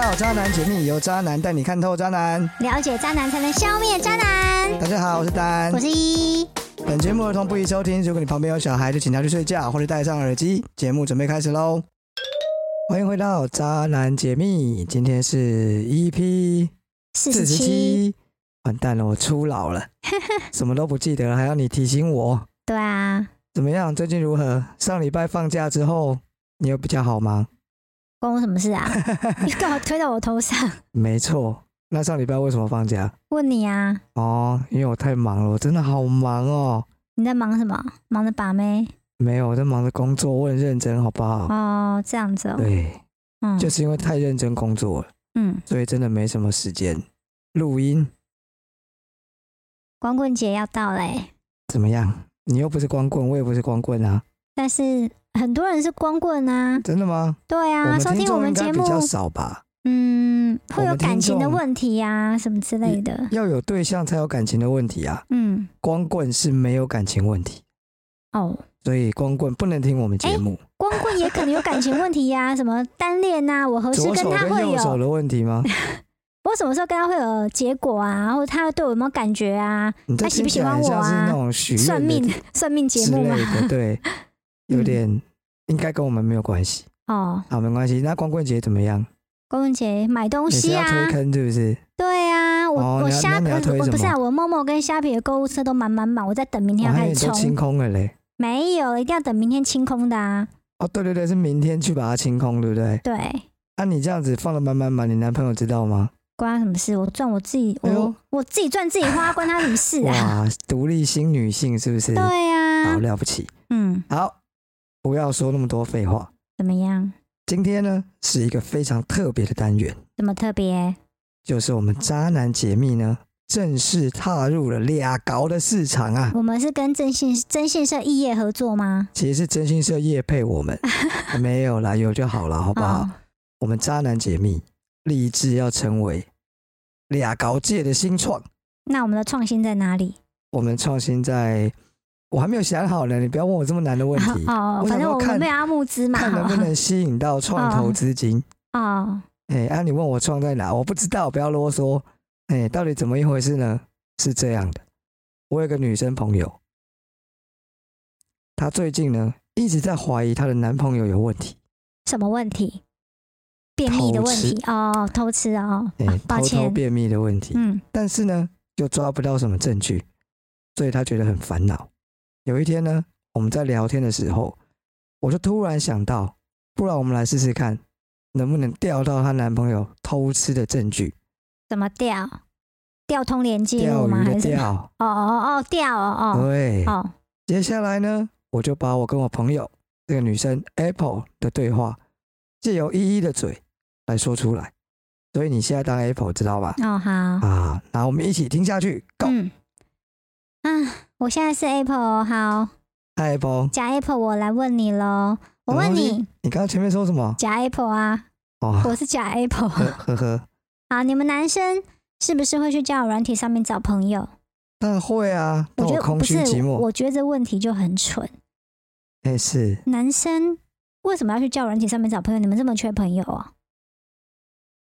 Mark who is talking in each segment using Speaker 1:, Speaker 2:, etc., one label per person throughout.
Speaker 1: 好，渣男解密由渣男带你看透渣男。
Speaker 2: 了解渣男才能消灭渣男。
Speaker 1: 大家好，我是丹
Speaker 2: 我。是一，
Speaker 1: 本节目儿童不宜收听，如果你旁边有小孩，就请他去睡觉或者戴上耳机。节目准备开始喽！欢迎回到渣男解密，今天是 EP
Speaker 2: 四
Speaker 1: 四
Speaker 2: 十
Speaker 1: 十
Speaker 2: 七。
Speaker 1: 七。完蛋了，我初老 了，什么都不记得了，还要你提醒我。
Speaker 2: 对啊，
Speaker 1: 怎么样？最近如何？上礼拜放假之后，你有比较好吗？
Speaker 2: 关我什么 事啊？你干嘛推到我头上？
Speaker 1: 没错。那上礼拜为什么放假？
Speaker 2: 问你啊，
Speaker 1: 哦，因为我太忙了，我真的好忙哦。
Speaker 2: 你在忙什么？忙着把妹
Speaker 1: 没有，我在忙着工作，我很认真，好不好？
Speaker 2: 哦，这样子哦。
Speaker 1: 对，
Speaker 2: 嗯
Speaker 1: 就是因为太认真工作了，
Speaker 2: 嗯，
Speaker 1: 所以真的没什么时间录音。
Speaker 2: 光棍节要到嘞，
Speaker 1: 怎么样？你又不是光棍，我也不是光棍啊，
Speaker 2: 但是很多人是光棍啊。
Speaker 1: 真的吗？
Speaker 2: 对啊，
Speaker 1: 我
Speaker 2: 收
Speaker 1: 们听
Speaker 2: 听我
Speaker 1: 众应
Speaker 2: 们
Speaker 1: 该
Speaker 2: 节
Speaker 1: 比
Speaker 2: 目，
Speaker 1: 较少吧？
Speaker 2: 嗯，会
Speaker 1: 我
Speaker 2: 有
Speaker 1: 们听
Speaker 2: 感情的
Speaker 1: 众
Speaker 2: 问题啊，什么之类的。
Speaker 1: 要有对象才有感情的问题啊，
Speaker 2: 嗯，
Speaker 1: 光棍是没有感情问题，
Speaker 2: 哦，
Speaker 1: 所以光棍不能听我们节目。
Speaker 2: 光棍也可能有感情问题呀、什么单恋呐、哎我何时
Speaker 1: 左
Speaker 2: 跟
Speaker 1: 手
Speaker 2: 他
Speaker 1: 跟
Speaker 2: 会
Speaker 1: 右手
Speaker 2: 有，
Speaker 1: 的问题吗？
Speaker 2: 我什么时候跟他会有结果啊，或者他对我有没有感觉啊？
Speaker 1: 你这
Speaker 2: 他喜
Speaker 1: 听
Speaker 2: 不
Speaker 1: 起
Speaker 2: 喜
Speaker 1: 来
Speaker 2: 欢
Speaker 1: 很
Speaker 2: 我
Speaker 1: 像是那
Speaker 2: 啊
Speaker 1: 种许
Speaker 2: 算
Speaker 1: 愿
Speaker 2: 命
Speaker 1: 的
Speaker 2: 算命节
Speaker 1: 之
Speaker 2: 目
Speaker 1: 类
Speaker 2: 嘛。
Speaker 1: 的， 对，有
Speaker 2: 嗯
Speaker 1: 点应该跟我们没有关系。
Speaker 2: 哦，
Speaker 1: 好，没关系。那光棍节怎么样？
Speaker 2: 光棍节买东
Speaker 1: 你是
Speaker 2: 西
Speaker 1: 要
Speaker 2: 啊，
Speaker 1: 推坑是不是？
Speaker 2: 对啊，我、
Speaker 1: 哦
Speaker 2: 我
Speaker 1: 你要那
Speaker 2: 虾
Speaker 1: 你要
Speaker 2: 呃
Speaker 1: 推
Speaker 2: 我
Speaker 1: 什
Speaker 2: 不是啊，
Speaker 1: 么
Speaker 2: 我默默跟虾皮的购物车都满满满，我在等明
Speaker 1: 我
Speaker 2: 天要
Speaker 1: 哦还以为
Speaker 2: 开
Speaker 1: 你
Speaker 2: 始
Speaker 1: 都清
Speaker 2: 冲，
Speaker 1: 空了嘞。
Speaker 2: 没有，一定要等明天清空的啊。
Speaker 1: 哦，对对对，是明天去把它清空，对不对？
Speaker 2: 对，
Speaker 1: 啊，你这样子放的满满满，你男朋友知道吗？
Speaker 2: 关他什么事？我赚我自己，我、
Speaker 1: 哎呦
Speaker 2: 我自己赚自己花，关他什么事啊？
Speaker 1: 哇，独立新女性是不是？
Speaker 2: 对
Speaker 1: 好
Speaker 2: 啊，
Speaker 1: 了不起。
Speaker 2: 嗯，
Speaker 1: 好，不要说那么多废话。
Speaker 2: 怎么样？
Speaker 1: 今天呢，是一个非常特别的单元，
Speaker 2: 怎么特别？
Speaker 1: 就是我们渣男解密呢，正式踏入了俩搞的市场啊。
Speaker 2: 我们是跟征信征信社异业合作吗？
Speaker 1: 其实是真心社业配我 们，没有啦，有就好了，好不好？
Speaker 2: 哦
Speaker 1: 我们渣男解密立志要成为俩搞界的新创。
Speaker 2: 那我们的创新在哪里？
Speaker 1: 我们创新在，我还没有想好呢，你不要问我这么难的问题。
Speaker 2: 哦
Speaker 1: 我，想
Speaker 2: 反正
Speaker 1: 说
Speaker 2: 我
Speaker 1: 看
Speaker 2: 们没有要募资嘛。
Speaker 1: 看能不
Speaker 2: 哈
Speaker 1: 能吸引到创投
Speaker 2: 啊
Speaker 1: 资金。
Speaker 2: 哦，
Speaker 1: 哎、啊，你问我创在哪，我不知道，不要啰嗦。哎、到底怎么一回事呢？是这样的，我有个女生朋友，她最近呢一直在怀疑她的男朋友有问题，
Speaker 2: 什么问题？便秘的问题哦，偷吃哦，
Speaker 1: 哎、
Speaker 2: 啊抱
Speaker 1: 偷偷
Speaker 2: 歉，
Speaker 1: 便秘的问题。
Speaker 2: 嗯，
Speaker 1: 但是呢，又抓不到什么证据，所以他觉得很烦恼。有一天呢，我们在聊天的时候，我就突然想到，不然我们来试试看，能不能调到她男朋友偷吃的证据，
Speaker 2: 怎么调？调通联记录
Speaker 1: 钓
Speaker 2: 吗？
Speaker 1: 鱼
Speaker 2: 还
Speaker 1: 的
Speaker 2: 是什么？
Speaker 1: 钓。
Speaker 2: 哦哦哦，调哦
Speaker 1: 对
Speaker 2: 哦，哦，
Speaker 1: 接下来呢，我就把我跟我朋友这个女生 Apple 的对话，借由依依的嘴来说出来。所以你现在当 Apple 知道吧？
Speaker 2: 哦好，
Speaker 1: 啊，然后我们一起听下去。Go，、
Speaker 2: 嗯，啊，我现在是 Apple 哦好，
Speaker 1: 嗨 Apple，
Speaker 2: 假 Apple 我来问你喽，我问
Speaker 1: 什么
Speaker 2: 你，
Speaker 1: 你刚刚前面说什么？
Speaker 2: 假 Apple 啊，
Speaker 1: 哦，
Speaker 2: 我是假 Apple。
Speaker 1: 呵呵呵，
Speaker 2: 好，你们男生是不是会去交友软体上面找朋友？
Speaker 1: 但会啊，那
Speaker 2: 我觉
Speaker 1: 我
Speaker 2: 得
Speaker 1: 空
Speaker 2: 不是
Speaker 1: 虚寂，寞，
Speaker 2: 我觉得这问题就很蠢。
Speaker 1: 哎、是
Speaker 2: 男生为什么要去交友软体上面找朋友？你们这么缺朋友啊？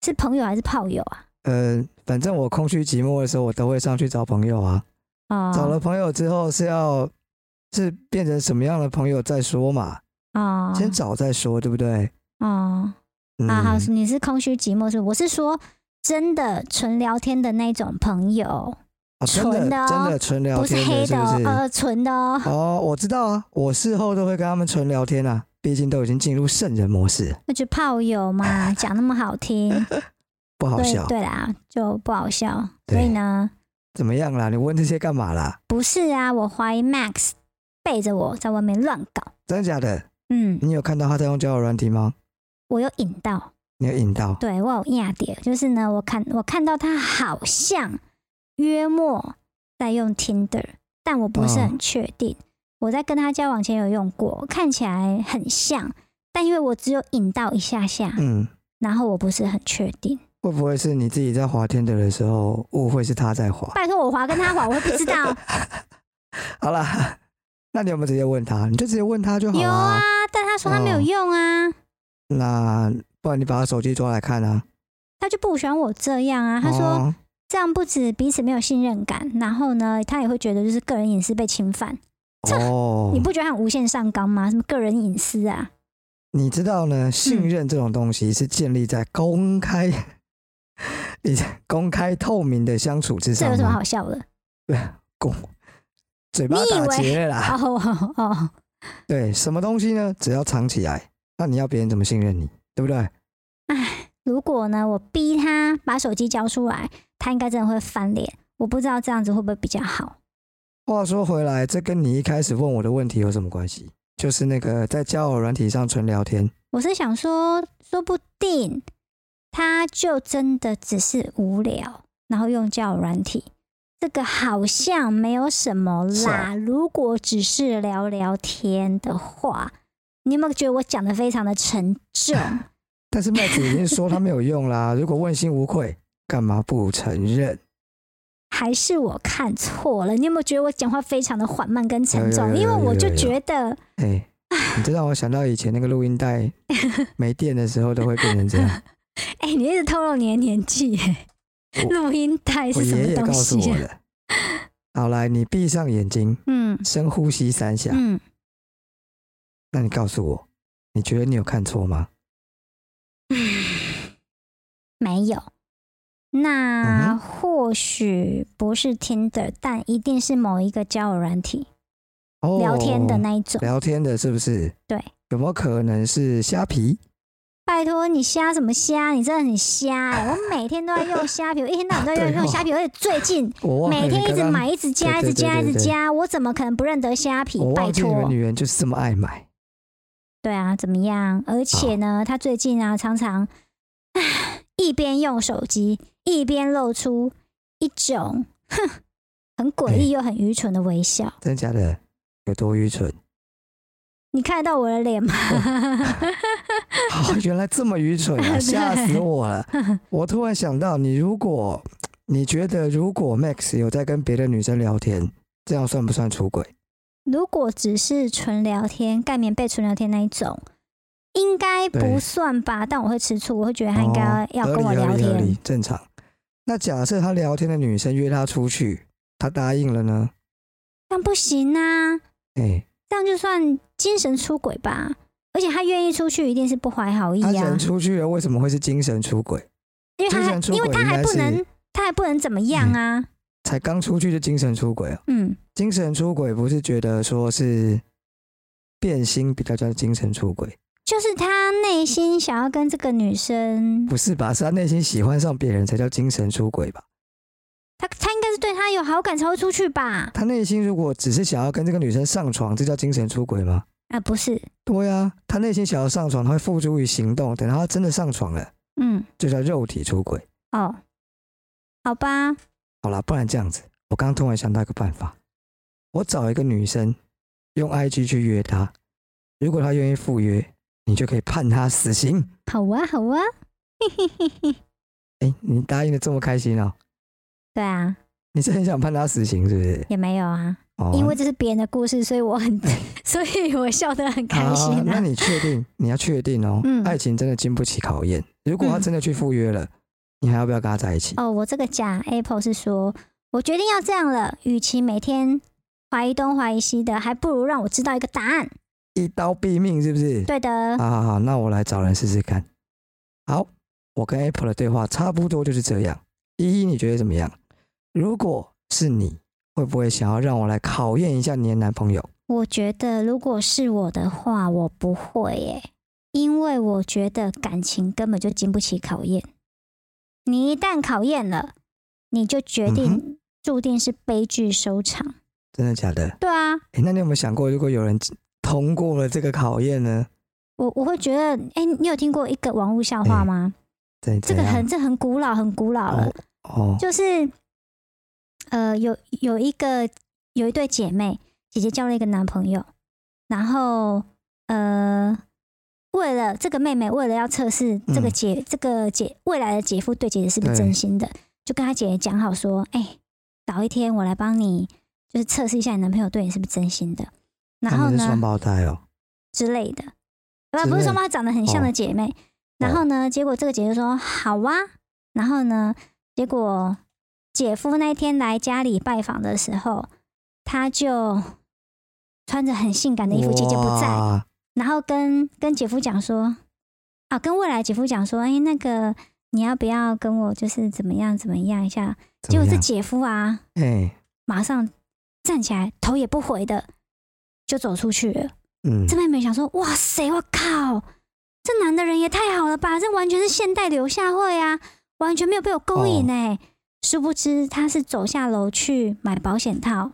Speaker 2: 是朋友还是炮友啊？
Speaker 1: 呃，反正我空虚寂寞的时候，我都会上去找朋友啊。找
Speaker 2: 哦
Speaker 1: 了朋友之后是要是变成什么样的朋友再说嘛，
Speaker 2: 哦
Speaker 1: 先找再说，对不对？
Speaker 2: 哦
Speaker 1: 嗯，
Speaker 2: 啊！好，你是空虚寂寞是不是？我是说真的纯聊天的那种朋友，
Speaker 1: 哦真
Speaker 2: 纯的
Speaker 1: 的
Speaker 2: 哦
Speaker 1: 真的纯聊
Speaker 2: 不是
Speaker 1: 天
Speaker 2: 黑
Speaker 1: 的，是
Speaker 2: 的
Speaker 1: 不
Speaker 2: 哦，
Speaker 1: 是？
Speaker 2: 呃，纯 的哦。
Speaker 1: 哦，我知道啊，我事后都会跟他们纯聊天啊，毕竟都已经进入圣人模式，
Speaker 2: 那就炮友 嘛，讲那么好听，
Speaker 1: 不好
Speaker 2: 对
Speaker 1: 笑。
Speaker 2: 对啦，就不好笑。所以
Speaker 1: 对
Speaker 2: 呢，
Speaker 1: 怎么样啦？你问这些干嘛啦？
Speaker 2: 不是啊，我怀疑 Max 背着我在外面乱搞。
Speaker 1: 真的假的？
Speaker 2: 嗯，
Speaker 1: 你有看到他在用交友软体吗？
Speaker 2: 我有引到，
Speaker 1: 你有引到？
Speaker 2: 对我有压点，就是呢，我看我看到他好像约莫在用 Tinder，但我不是
Speaker 1: 嗯
Speaker 2: 很确定。我在跟他交往前有用过，看起来很像，但因为我只有引到一下下，
Speaker 1: 嗯，
Speaker 2: 然后我不是很确定。
Speaker 1: 会不会是你自己在滑天的的时候误会是他在滑？
Speaker 2: 拜托我滑跟他滑，我会不知 道。
Speaker 1: 好啦， 那你有没有直接问他？你就直接问他就好
Speaker 2: 有
Speaker 1: 啦。
Speaker 2: 啊，但他说他没有
Speaker 1: 哦
Speaker 2: 用啊。
Speaker 1: 那不然你把他手机抓来看啊，
Speaker 2: 他就不喜欢我这样啊。他说
Speaker 1: 哦
Speaker 2: 这样不止彼此没有信任感，然后呢，他也会觉得就是个人隐私被侵犯。这
Speaker 1: 哦，
Speaker 2: 你不觉得他很无限上纲吗？什么个人隐私啊？
Speaker 1: 你知道呢，信任这种东西是建立在公开、 你在公开透明的相处之
Speaker 2: 这有
Speaker 1: 上
Speaker 2: 什么
Speaker 1: 吗？
Speaker 2: 好笑的？
Speaker 1: 公嘴巴
Speaker 2: 你以
Speaker 1: 打
Speaker 2: 为
Speaker 1: 结了啦，
Speaker 2: 哦哦哦，
Speaker 1: 对，什么东西呢？只要藏起来，那你要别人怎么信任你？对不对？
Speaker 2: 如果呢，我逼他把手机交出来，他应该真的会翻脸。我不知道这样子会不会比较好。
Speaker 1: 话说回来，这跟你一开始问我的问题有什么关系？就是那个在交友软体上纯聊天，
Speaker 2: 我是想说，说不定他就真的只是无聊，然后用交友软体，这个好像没有什么
Speaker 1: 是
Speaker 2: 啦。
Speaker 1: 啊
Speaker 2: 如果只是聊聊天的话，你有没有觉得我讲的非常的沉重？
Speaker 1: 但是麦子已经说他没有用啦。如果问心无愧，干嘛不承认？
Speaker 2: 还是我看错了？你有没有觉得我讲话非常的缓慢跟沉重？
Speaker 1: 有有有
Speaker 2: 因为我就
Speaker 1: 有有有
Speaker 2: 觉得
Speaker 1: 哎、你这让我想到以前那个录音 带没电的时候都会变成这样。
Speaker 2: 哎、你一直透露你的年纪耶，
Speaker 1: 我
Speaker 2: 录音带
Speaker 1: 我
Speaker 2: 是什
Speaker 1: 爷
Speaker 2: 么
Speaker 1: 爷告
Speaker 2: 东
Speaker 1: 诉
Speaker 2: 西、
Speaker 1: 我
Speaker 2: 啊？
Speaker 1: 的。好，来，你闭上眼睛，
Speaker 2: 嗯
Speaker 1: 深呼吸三下。
Speaker 2: 嗯，
Speaker 1: 那你告诉我，你觉得你有看错吗？
Speaker 2: 没有。那或许不是 Tinder，但一定是某一个交友软体
Speaker 1: 哦，
Speaker 2: 聊天的那一种。
Speaker 1: 聊天的是不是？
Speaker 2: 对。
Speaker 1: 有没有可能是虾皮？
Speaker 2: 拜托你瞎什么瞎？你真的很瞎哎、我每天都在用虾皮，我一天到晚都在
Speaker 1: 对哦
Speaker 2: 用虾皮，而且最近
Speaker 1: 我忘了
Speaker 2: 每天
Speaker 1: 你
Speaker 2: 一直
Speaker 1: 刚刚
Speaker 2: 买，，一直加，一
Speaker 1: 对
Speaker 2: 直
Speaker 1: 对
Speaker 2: 加，
Speaker 1: 对
Speaker 2: 一直
Speaker 1: 对对
Speaker 2: 加，我怎么可能不认得虾皮
Speaker 1: 我？
Speaker 2: 拜
Speaker 1: 忘记你们
Speaker 2: 托，
Speaker 1: 女人就是这么爱买。
Speaker 2: 对啊，怎么样？而且呢，他最近啊，常常唉一边用手机，一边露出一种哼很诡
Speaker 1: 哎
Speaker 2: 异又很愚蠢的微笑。
Speaker 1: 真假的有多愚蠢？
Speaker 2: 你看得到我的脸吗？
Speaker 1: 哦，原来这么愚蠢啊！
Speaker 2: 对
Speaker 1: 吓死我 了！我突然想到，你如果你觉得如果 Max 有在跟别的女生聊天，这样算不算出轨？
Speaker 2: 如果只是纯聊天、盖棉被纯聊天那一种，应该不
Speaker 1: 对
Speaker 2: 算吧？但我会吃醋，我会觉得他应该
Speaker 1: 哦
Speaker 2: 要要跟我
Speaker 1: 合理
Speaker 2: 聊
Speaker 1: 合理合理
Speaker 2: 天。
Speaker 1: 正常。那假设他聊天的女生约他出去，他答应了呢？
Speaker 2: 但不行啊，
Speaker 1: 哎、
Speaker 2: 这样就算精神出轨吧。而且他愿意出去，一定是不怀好意
Speaker 1: 他
Speaker 2: 啊。
Speaker 1: 人出去了，为什么会是精神出轨？
Speaker 2: 因为他
Speaker 1: 精神
Speaker 2: 还
Speaker 1: 出
Speaker 2: 因为
Speaker 1: 轨
Speaker 2: 他
Speaker 1: 应
Speaker 2: 还
Speaker 1: 该
Speaker 2: 不
Speaker 1: 是
Speaker 2: 能，他还不能怎么样啊？
Speaker 1: 才刚出去就精神出轨啊？
Speaker 2: 嗯，
Speaker 1: 精神出轨不是觉得说是变心比较叫精神出轨，
Speaker 2: 就是他内心想要跟这个女生，
Speaker 1: 不是吧？是他内心喜欢上别人才叫精神出轨吧？
Speaker 2: 他他应该是对他有好感才会出去吧？
Speaker 1: 他内心如果只是想要跟这个女生上床，这叫精神出轨吗？
Speaker 2: 啊，不是，
Speaker 1: 对啊，他内心想要上床，他会付诸于行动，等到他真的上床了，
Speaker 2: 嗯，
Speaker 1: 就叫肉体出轨。
Speaker 2: 哦，好吧，
Speaker 1: 好啦，不然这样子，我刚刚突然想到一个办法，我找一个女生，用 IG 去约她，如果她愿意赴约，你就可以判她死刑。
Speaker 2: 好啊，好啊，
Speaker 1: 哎、你答应的这么开心哦、
Speaker 2: 对啊，
Speaker 1: 你是很想判她死刑是不是？
Speaker 2: 也没有啊，
Speaker 1: 哦，
Speaker 2: 因为这是别人的故事，所以我很， 所以我笑得很开心
Speaker 1: 好那
Speaker 2: 啊。
Speaker 1: 你确定？你要确定哦、
Speaker 2: 嗯
Speaker 1: 爱情真的经不起考验。如果他
Speaker 2: 嗯
Speaker 1: 真的去赴约了，你还要不要跟他在一起？
Speaker 2: 哦，我这个假 Apple 是说，我决定要这样了，与其每天怀疑东怀疑西的，还不如让我知道一个答案。
Speaker 1: 一刀毙命是不是？
Speaker 2: 对啊的，
Speaker 1: 好好好，那我来找人试试看。好，我跟 Apple 的对话差不多就是这样。依依，你觉得怎么样？如果是你，会不会想要让我来考验一下你的男朋友？
Speaker 2: 我觉得如果是我的话，我不会耶，因为我觉得感情根本就经不起考验。你一旦考验了，你就决
Speaker 1: 嗯
Speaker 2: 定注定是悲剧收场。
Speaker 1: 真的假的？
Speaker 2: 对啊，
Speaker 1: 诶，那你有没有想过，如果有人通过了这个考验呢？
Speaker 2: 我我会觉得，哎、你有听过一个网络笑话吗？
Speaker 1: 怎嗯
Speaker 2: 这
Speaker 1: 怎
Speaker 2: 个
Speaker 1: 样？
Speaker 2: 很这很古老，很古老了，
Speaker 1: 哦哦，
Speaker 2: 就是呃，有有一个有一对姐妹，姐姐交了一个男朋友，然后呃，为了这个妹妹，为了要测试这个
Speaker 1: 嗯
Speaker 2: 姐、这个姐未来的姐夫对姐姐是不是
Speaker 1: 对
Speaker 2: 真心的，就跟她姐姐讲好说，哎、早一天我来帮你，就是测试一下你男朋友对你是不是真心的。然
Speaker 1: 他
Speaker 2: 后
Speaker 1: 们是
Speaker 2: 呢
Speaker 1: 双，胞胎哦。
Speaker 2: 之类的，呃
Speaker 1: 之
Speaker 2: 不
Speaker 1: 类
Speaker 2: 不是说她长得很像的
Speaker 1: 哦
Speaker 2: 姐妹。然后呢，结果这个姐姐说：“好啊，然后呢，结果姐夫那天来家里拜访的时候，他就穿着很性感的衣服，姐姐不在，
Speaker 1: 哇
Speaker 2: 然后跟跟姐夫讲说，啊，跟未来姐夫讲说，哎、那个你要不要跟我就是怎么样怎么样一下？
Speaker 1: 怎
Speaker 2: 结
Speaker 1: 么
Speaker 2: 果这
Speaker 1: 样
Speaker 2: 姐夫啊，
Speaker 1: 哎，
Speaker 2: 马上站起来，头也不回的就走出去了。
Speaker 1: 嗯
Speaker 2: 这，妹妹想说，哇塞，我靠，这男的人也太好了吧！这完全是现代流下会啊，完全没有被我勾
Speaker 1: 哦
Speaker 2: 引哎、殊不知他是走下楼去买保险套，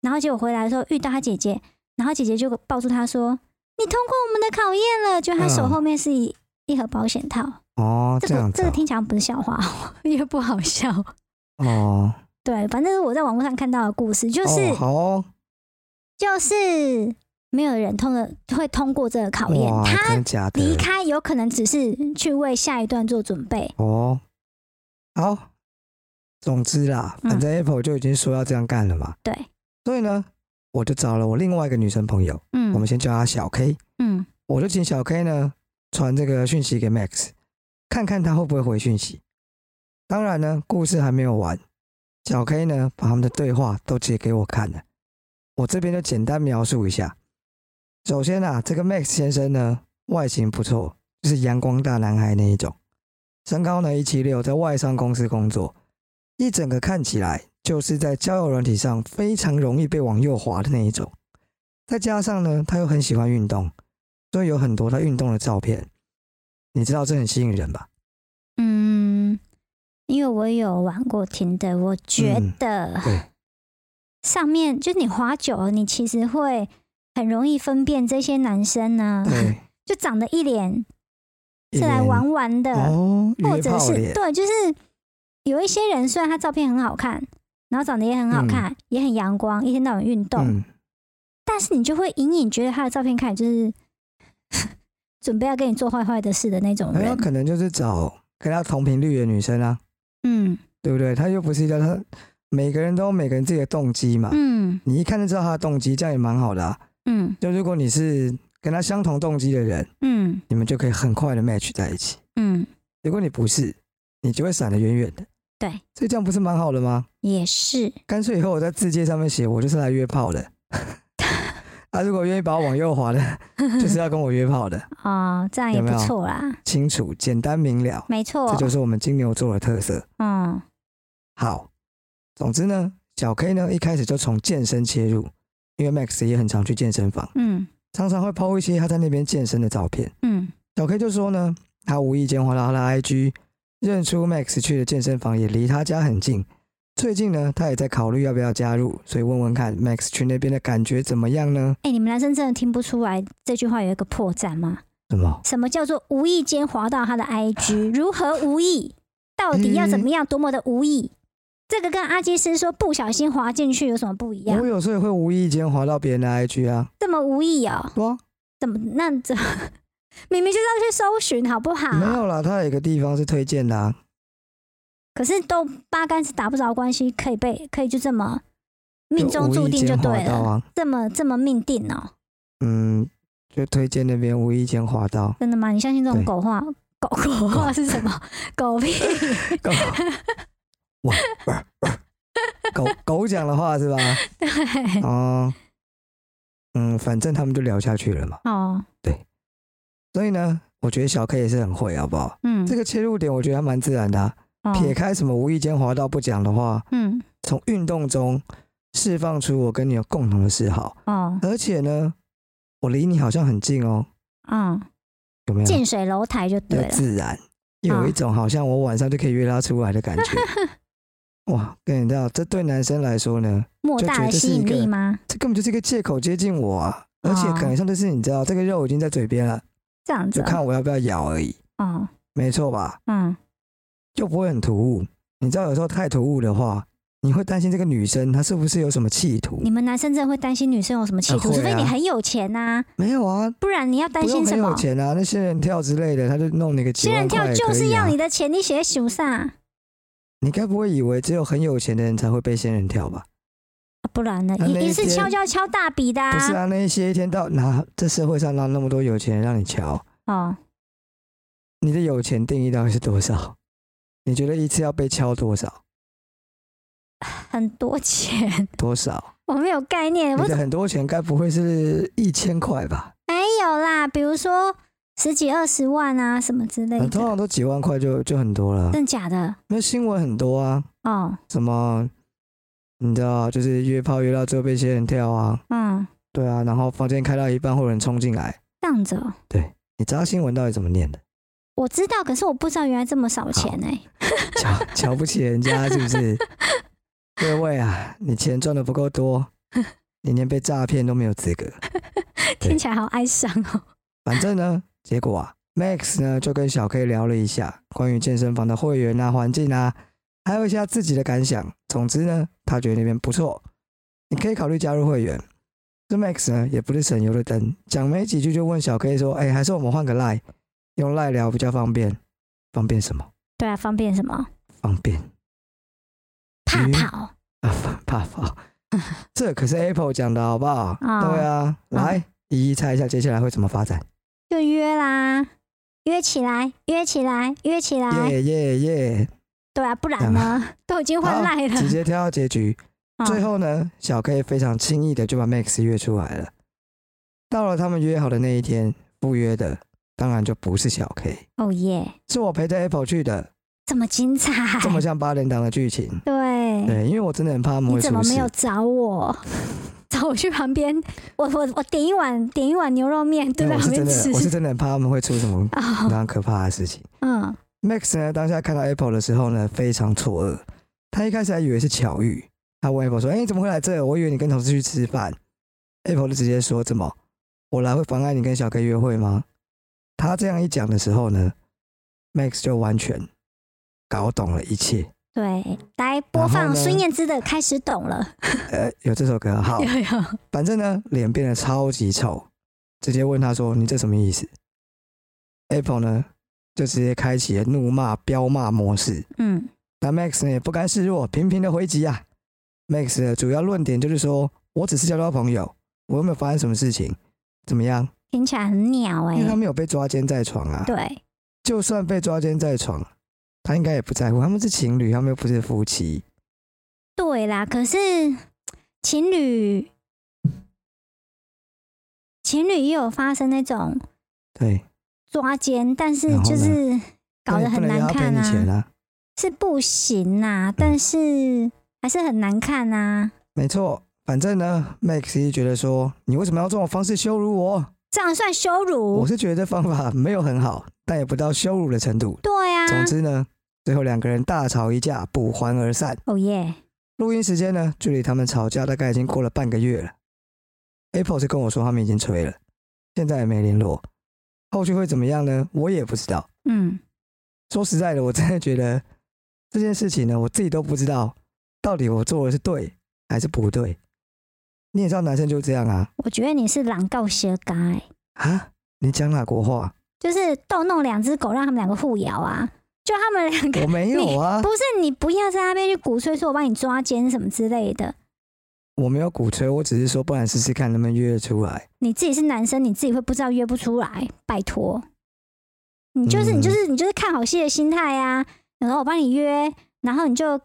Speaker 2: 然后结果回来的时候遇到他姐姐，然后姐姐就抱住他说：“你通过我们的考验了。”就他手
Speaker 1: 嗯
Speaker 2: 后面是一、一盒保险套，
Speaker 1: 哦，
Speaker 2: 这
Speaker 1: 这
Speaker 2: 个
Speaker 1: 样子
Speaker 2: 这个听起来不是笑话， 也不好笑。
Speaker 1: 哦哦，
Speaker 2: 对，反正是我在网络上看到的故事，就是、
Speaker 1: 哦好哦，
Speaker 2: 就是没有人通的会通过这个考验，
Speaker 1: 哇
Speaker 2: 他
Speaker 1: 真的假的？
Speaker 2: 离开有可能只是去为下一段做准备。
Speaker 1: 哦，好，总之啦，
Speaker 2: 嗯
Speaker 1: 反正 Apple 就已经说要这样干了嘛，
Speaker 2: 对，
Speaker 1: 所以呢，我就找了我另外一个女生朋友，
Speaker 2: 嗯，
Speaker 1: 我们先叫她小 K，
Speaker 2: 嗯
Speaker 1: 我就请小 K 呢传这个讯息给 Max，看看他会不会回讯息。当然呢，故事还没有完，小 K 呢把他们的对话都截给我看了，我这边就简单描述一下。首先啊，这个 Max 先生呢外形不错，就是阳光大男孩那一种，身高呢一七六，在外商公司工作，一整个看起来就是在交友软体上非常容易被往右滑的那一种。再加上呢，他又很喜欢运动。所以有很多他运动的照片，你知道这很吸引人吧？
Speaker 2: 嗯，因为我有玩过听的，我觉
Speaker 1: 嗯
Speaker 2: 得
Speaker 1: 对
Speaker 2: 上面就是你滑久了，你其实会很容易分辨这些男生呢，
Speaker 1: 对，
Speaker 2: 就长得一脸
Speaker 1: 一
Speaker 2: 嗯是来
Speaker 1: 脸
Speaker 2: 玩玩的，
Speaker 1: 哦，
Speaker 2: 或
Speaker 1: 约
Speaker 2: 者
Speaker 1: 炮
Speaker 2: 是
Speaker 1: 脸，
Speaker 2: 对，就是有一些人虽然他照片很好看，然后长得也很好看，也很阳光，一天到晚运动，
Speaker 1: 嗯，
Speaker 2: 但是你就会隐隐觉得他的照片看起来就是准备要跟你做坏坏的事的那种
Speaker 1: 那
Speaker 2: 人
Speaker 1: 哎他。可能就是找跟他同频率的女生啊，
Speaker 2: 嗯
Speaker 1: 对不对？他又不是叫他，每个人都有每个人自己的动机嘛，
Speaker 2: 嗯
Speaker 1: 你一看就知道他的动机，这样也蛮好的、啊。
Speaker 2: 嗯
Speaker 1: 就如果你是跟他相同动机的人，
Speaker 2: 嗯
Speaker 1: 你们就可以很快的 match 在一起。
Speaker 2: 嗯，
Speaker 1: 如果你不是，你就会闪得远远的。
Speaker 2: 对，
Speaker 1: 所以这样不是蛮好的吗？
Speaker 2: 也是。
Speaker 1: 干脆以后我在字界上面写，我就是来约炮的。啊，如果愿意把我往右滑的，就是要跟我约炮的，
Speaker 2: 哦，这样也
Speaker 1: 有没
Speaker 2: 不
Speaker 1: 有
Speaker 2: 错啦，
Speaker 1: 清楚、简单、明了，
Speaker 2: 没
Speaker 1: 这
Speaker 2: 错。
Speaker 1: 就是我们金牛座的特色。
Speaker 2: 嗯
Speaker 1: 好，总之呢，小 K 呢一开始就从健身切入，因为 Max 也很常去健身房，
Speaker 2: 嗯
Speaker 1: 常常会 PO 一些他在那边健身的照片。
Speaker 2: 嗯
Speaker 1: 小 K 就说呢，他无意间滑到他的 IG，认出 Max 去的健身房也离他家很近。最近呢，他也在考虑要不要加入，所以问问看 Max 去那边的感觉怎么样呢？
Speaker 2: 哎、你们男生真的听不出来这句话有一个破绽吗？
Speaker 1: 什么？
Speaker 2: 什么叫做无意间滑到他的 IG？如何无意？到底要怎么样？多么的无意？这个跟阿基斯说不小心滑进去有什么不一样
Speaker 1: 我？有时候也会无意间滑到别人的 IG 啊，
Speaker 2: 这么无意哦、
Speaker 1: 哇，
Speaker 2: 怎么那这 明明就是要去搜寻好不好？
Speaker 1: 没有啦，他有一个地方是推荐的、啊，
Speaker 2: 可是都八竿子打不着关系，可以被可以就这么命中
Speaker 1: 无
Speaker 2: 注
Speaker 1: 意
Speaker 2: 定就
Speaker 1: 间滑
Speaker 2: 对
Speaker 1: 到
Speaker 2: 了，
Speaker 1: 啊，
Speaker 2: 这么这么命定哦、
Speaker 1: 嗯，就推荐那边无意间滑到
Speaker 2: ，真的吗？你相信这种
Speaker 1: 对
Speaker 2: 狗话？狗 狗话是什么？狗屁！
Speaker 1: 狗，哇，哇哇狗狗讲的话是吧？
Speaker 2: 对，
Speaker 1: 哦，嗯，反正他们就聊下去了嘛。
Speaker 2: 哦，
Speaker 1: 所以呢，我觉得小 K 也是很会，好不好？
Speaker 2: 嗯，
Speaker 1: 这个切入点我觉得还蛮自然的啊、
Speaker 2: 哦
Speaker 1: 撇开什么无意间滑到不讲的话，
Speaker 2: 嗯，
Speaker 1: 从运动中释放出我跟你有共同的嗜好，
Speaker 2: 哦，
Speaker 1: 而且呢，我离你好像很近哦，
Speaker 2: 哦，
Speaker 1: 有没有？
Speaker 2: 近水楼台就对
Speaker 1: 又
Speaker 2: 了，嗯
Speaker 1: 自然，又有一种好像我晚上就可以约他出来的感 觉。哇，跟你知道，这对男生来说呢，
Speaker 2: 莫大的吸引力吗？
Speaker 1: 这根本就是一个借口接近我啊，而且
Speaker 2: 哦啊
Speaker 1: 感觉上就是你知道，这个肉已经在嘴边了，
Speaker 2: 这样子
Speaker 1: 就看我要不要咬而已，
Speaker 2: 哦，
Speaker 1: 没错吧？
Speaker 2: 嗯，
Speaker 1: 就不会很突兀。你知道，有时候太突兀的话，你会担心这个女生她是不是有什么企图
Speaker 2: 你？们男生真的会担心女生有什么企图，
Speaker 1: 啊会啊
Speaker 2: 除非你很有钱呐，
Speaker 1: 没有啊，
Speaker 2: 不然你要担
Speaker 1: 不用
Speaker 2: 心
Speaker 1: 很
Speaker 2: 什
Speaker 1: 有
Speaker 2: 么？
Speaker 1: 钱啊，那仙人跳之类的，他就弄你个几
Speaker 2: 仙人
Speaker 1: 万
Speaker 2: 跳
Speaker 1: 块也
Speaker 2: 就
Speaker 1: 可
Speaker 2: 是
Speaker 1: 以
Speaker 2: 要
Speaker 1: 啊。
Speaker 2: 你的钱，你写熊啥？啊
Speaker 1: 你该不会以为只有很有钱的人才会被仙人跳吧？
Speaker 2: 不然呢？
Speaker 1: 那啊那一
Speaker 2: 一一是
Speaker 1: 天
Speaker 2: 敲敲敲大笔的
Speaker 1: 不是
Speaker 2: 啊，
Speaker 1: 啊，那一些一天到哪这社会上哪有那么多有钱人让你瞧？
Speaker 2: 哦，
Speaker 1: 你的有钱定义到底是多少？你觉得一次要被敲多少？
Speaker 2: 很多钱，
Speaker 1: 多少？
Speaker 2: 我没有概念，我
Speaker 1: 你的很多钱该不会是一千块吧？
Speaker 2: 没有啦。比如说十几二十万啊，什么之类
Speaker 1: 通
Speaker 2: 的，
Speaker 1: 常都几万块就就很多了。啊
Speaker 2: 真假的
Speaker 1: 那新闻很多啊，
Speaker 2: 哦，
Speaker 1: 什么你知道，就是约炮约到最后被仙人跳啊，
Speaker 2: 嗯，
Speaker 1: 对啊，然后房间开到一半会有人冲进来，
Speaker 2: 这样子、哦。
Speaker 1: 你知道新闻到底怎么念的？
Speaker 2: 我知道，可是我不知道原来这么少钱哎、
Speaker 1: 瞧瞧不起人家是不是？各位啊，你钱赚的不够多，你连被诈骗都没有资格。对
Speaker 2: 听起来好哀伤哦。
Speaker 1: 反正呢，结果啊，Max 呢就跟小 K 聊了一下关于健身房的会员啊、环境啊，还有一些他自己的感想。总之呢，他觉得那边不错，你可以考虑加入会员。这 Max 呢也不是省油的灯，讲没几句就问小 K 说：“哎、还是我们换个 Line，用 Line 聊比较方便。方便什么？
Speaker 2: 对啊，方便什么？
Speaker 1: 方便
Speaker 2: 怕
Speaker 1: 嗯
Speaker 2: 跑
Speaker 1: 啊， 怕怕跑。 这可是 Apple 讲的好不好？
Speaker 2: 啊
Speaker 1: 对啊，来一一猜一下接下来会怎么发展。
Speaker 2: 就约啦，约起来，约起来，约起来。
Speaker 1: 耶耶耶！
Speaker 2: 对啊，不然呢？都已经换
Speaker 1: 好
Speaker 2: 赖了。
Speaker 1: 直接跳到结局。
Speaker 2: 嗯
Speaker 1: 啊最后呢，小 K 非常轻易的就把 Max 约出来了。到了他们约好的那一天，赴约的当然就不是小 K，
Speaker 2: 哦耶，
Speaker 1: 是我陪着 Apple 去的。
Speaker 2: 这么精彩！
Speaker 1: 这么像八连档的剧情，
Speaker 2: 对，
Speaker 1: 对，因为我真的很怕他们
Speaker 2: 哎你
Speaker 1: 会
Speaker 2: 怎么
Speaker 1: 出
Speaker 2: 没有
Speaker 1: 事。
Speaker 2: 找我？ 找我去旁边，我我我点一碗点一碗牛肉面，对
Speaker 1: 因为我
Speaker 2: 在旁
Speaker 1: 是
Speaker 2: 边
Speaker 1: 真
Speaker 2: 吃
Speaker 1: 的，我是真的很怕他们会出什么非
Speaker 2: 哦，
Speaker 1: 常可怕的事情。
Speaker 2: 嗯
Speaker 1: Max 呢，当下看到 Apple 的时候呢，非常错愕。他一开始还以为是巧遇，他问 Apple 说：“哎、你怎么会来这？我以为你跟同事去吃饭。”Apple 就直接说：“怎么，我来会妨碍你跟小 K 约会吗？”他这样一讲的时候呢，Max 就完全搞懂了一切。
Speaker 2: 对，来播
Speaker 1: 然后
Speaker 2: 放
Speaker 1: 呢
Speaker 2: 孙燕姿的《开始懂了
Speaker 1: 呃，有这首歌， 好》，
Speaker 2: 有有，
Speaker 1: 反正呢，脸变得超级臭，直接问他说：“你这什么意思？”Apple 呢，就直接开启了怒骂、彪骂模式。
Speaker 2: 嗯，
Speaker 1: 但 Max 呢也不甘示弱，频频的回击啊。Max 的主要论点就是说，我只是交交朋友，我又没有发生什么事情，怎么样？
Speaker 2: 听起来很鸟哎、
Speaker 1: 因为他没有被抓奸在床啊。
Speaker 2: 对，
Speaker 1: 就算被抓奸在床，他应该也不在乎，他们是情侣，他们又不是夫妻。
Speaker 2: 对啦，可是情侣情侣也有发生那种
Speaker 1: 对，
Speaker 2: 抓奸，但是
Speaker 1: 然后
Speaker 2: 就
Speaker 1: 呢
Speaker 2: 是搞
Speaker 1: 那你
Speaker 2: 得
Speaker 1: 不
Speaker 2: 很
Speaker 1: 能
Speaker 2: 难
Speaker 1: 要他赔
Speaker 2: 看
Speaker 1: 你
Speaker 2: 啊，
Speaker 1: 钱啊。
Speaker 2: 是不行呐、但是还是很难看啊呐、
Speaker 1: 没错，反正呢，Max 一直觉得说，你为什么要用这种方式羞辱我？
Speaker 2: 这样算羞
Speaker 1: 我
Speaker 2: 辱？
Speaker 1: 是觉得这方法没有很好，但也不到羞辱的程度。
Speaker 2: 对啊，
Speaker 1: 总之呢，最后两个人大吵一架，不欢而散。
Speaker 2: 哦耶，
Speaker 1: 录音时间呢，距离他们吵架大概已经过了半个月了。Apple 是跟我说他们已经吹了，现在也没联络，后续会怎么样呢？我也不知道。
Speaker 2: 嗯，
Speaker 1: 说实在的，我真的觉得这件事情呢，我自己都不知道到底我做的是对还是不对。你也知道，男生就这样啊
Speaker 2: 我觉得你是狼告蛇该、
Speaker 1: 啊！你讲哪国话？
Speaker 2: 就是逗弄两只狗，让他们两个互咬啊，就他们 两个
Speaker 1: 我没有啊，
Speaker 2: 不是你不要在那边去鼓吹说我帮你抓奸什么之类的。
Speaker 1: 我没有鼓吹，我只是说，不然试试看能不能约得出来。
Speaker 2: 你自己是男生，你自己会不知道约不出来，拜托。你就是、
Speaker 1: 嗯
Speaker 2: 你就是你就是看好戏的心态呀、啊。然后我帮你约，然后你就